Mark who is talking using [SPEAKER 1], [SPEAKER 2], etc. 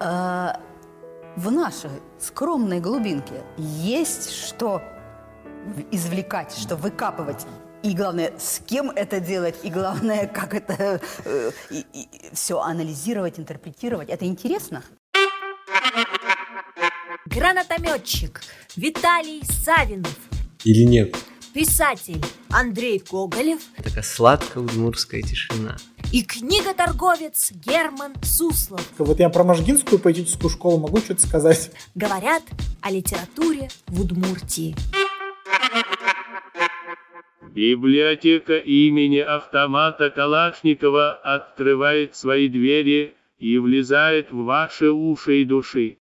[SPEAKER 1] э, в нашей скромной глубинке есть что в- извлекать, что выкапывать. И главное, с кем это делать, и главное, как это э, и- и- и все анализировать, интерпретировать. Это интересно.
[SPEAKER 2] Гранатометчик Виталий Савинов,
[SPEAKER 3] Или нет?
[SPEAKER 2] писатель Андрей Гоголев
[SPEAKER 4] Такая сладкая удмуртская тишина.
[SPEAKER 2] и книготорговец Герман Суслов
[SPEAKER 5] Вот я про Можгинскую поэтическую школу могу что-то сказать.
[SPEAKER 2] говорят о литературе в Удмуртии.
[SPEAKER 6] Библиотека имени автомата Калашникова открывает свои двери и влезает в ваши уши и души.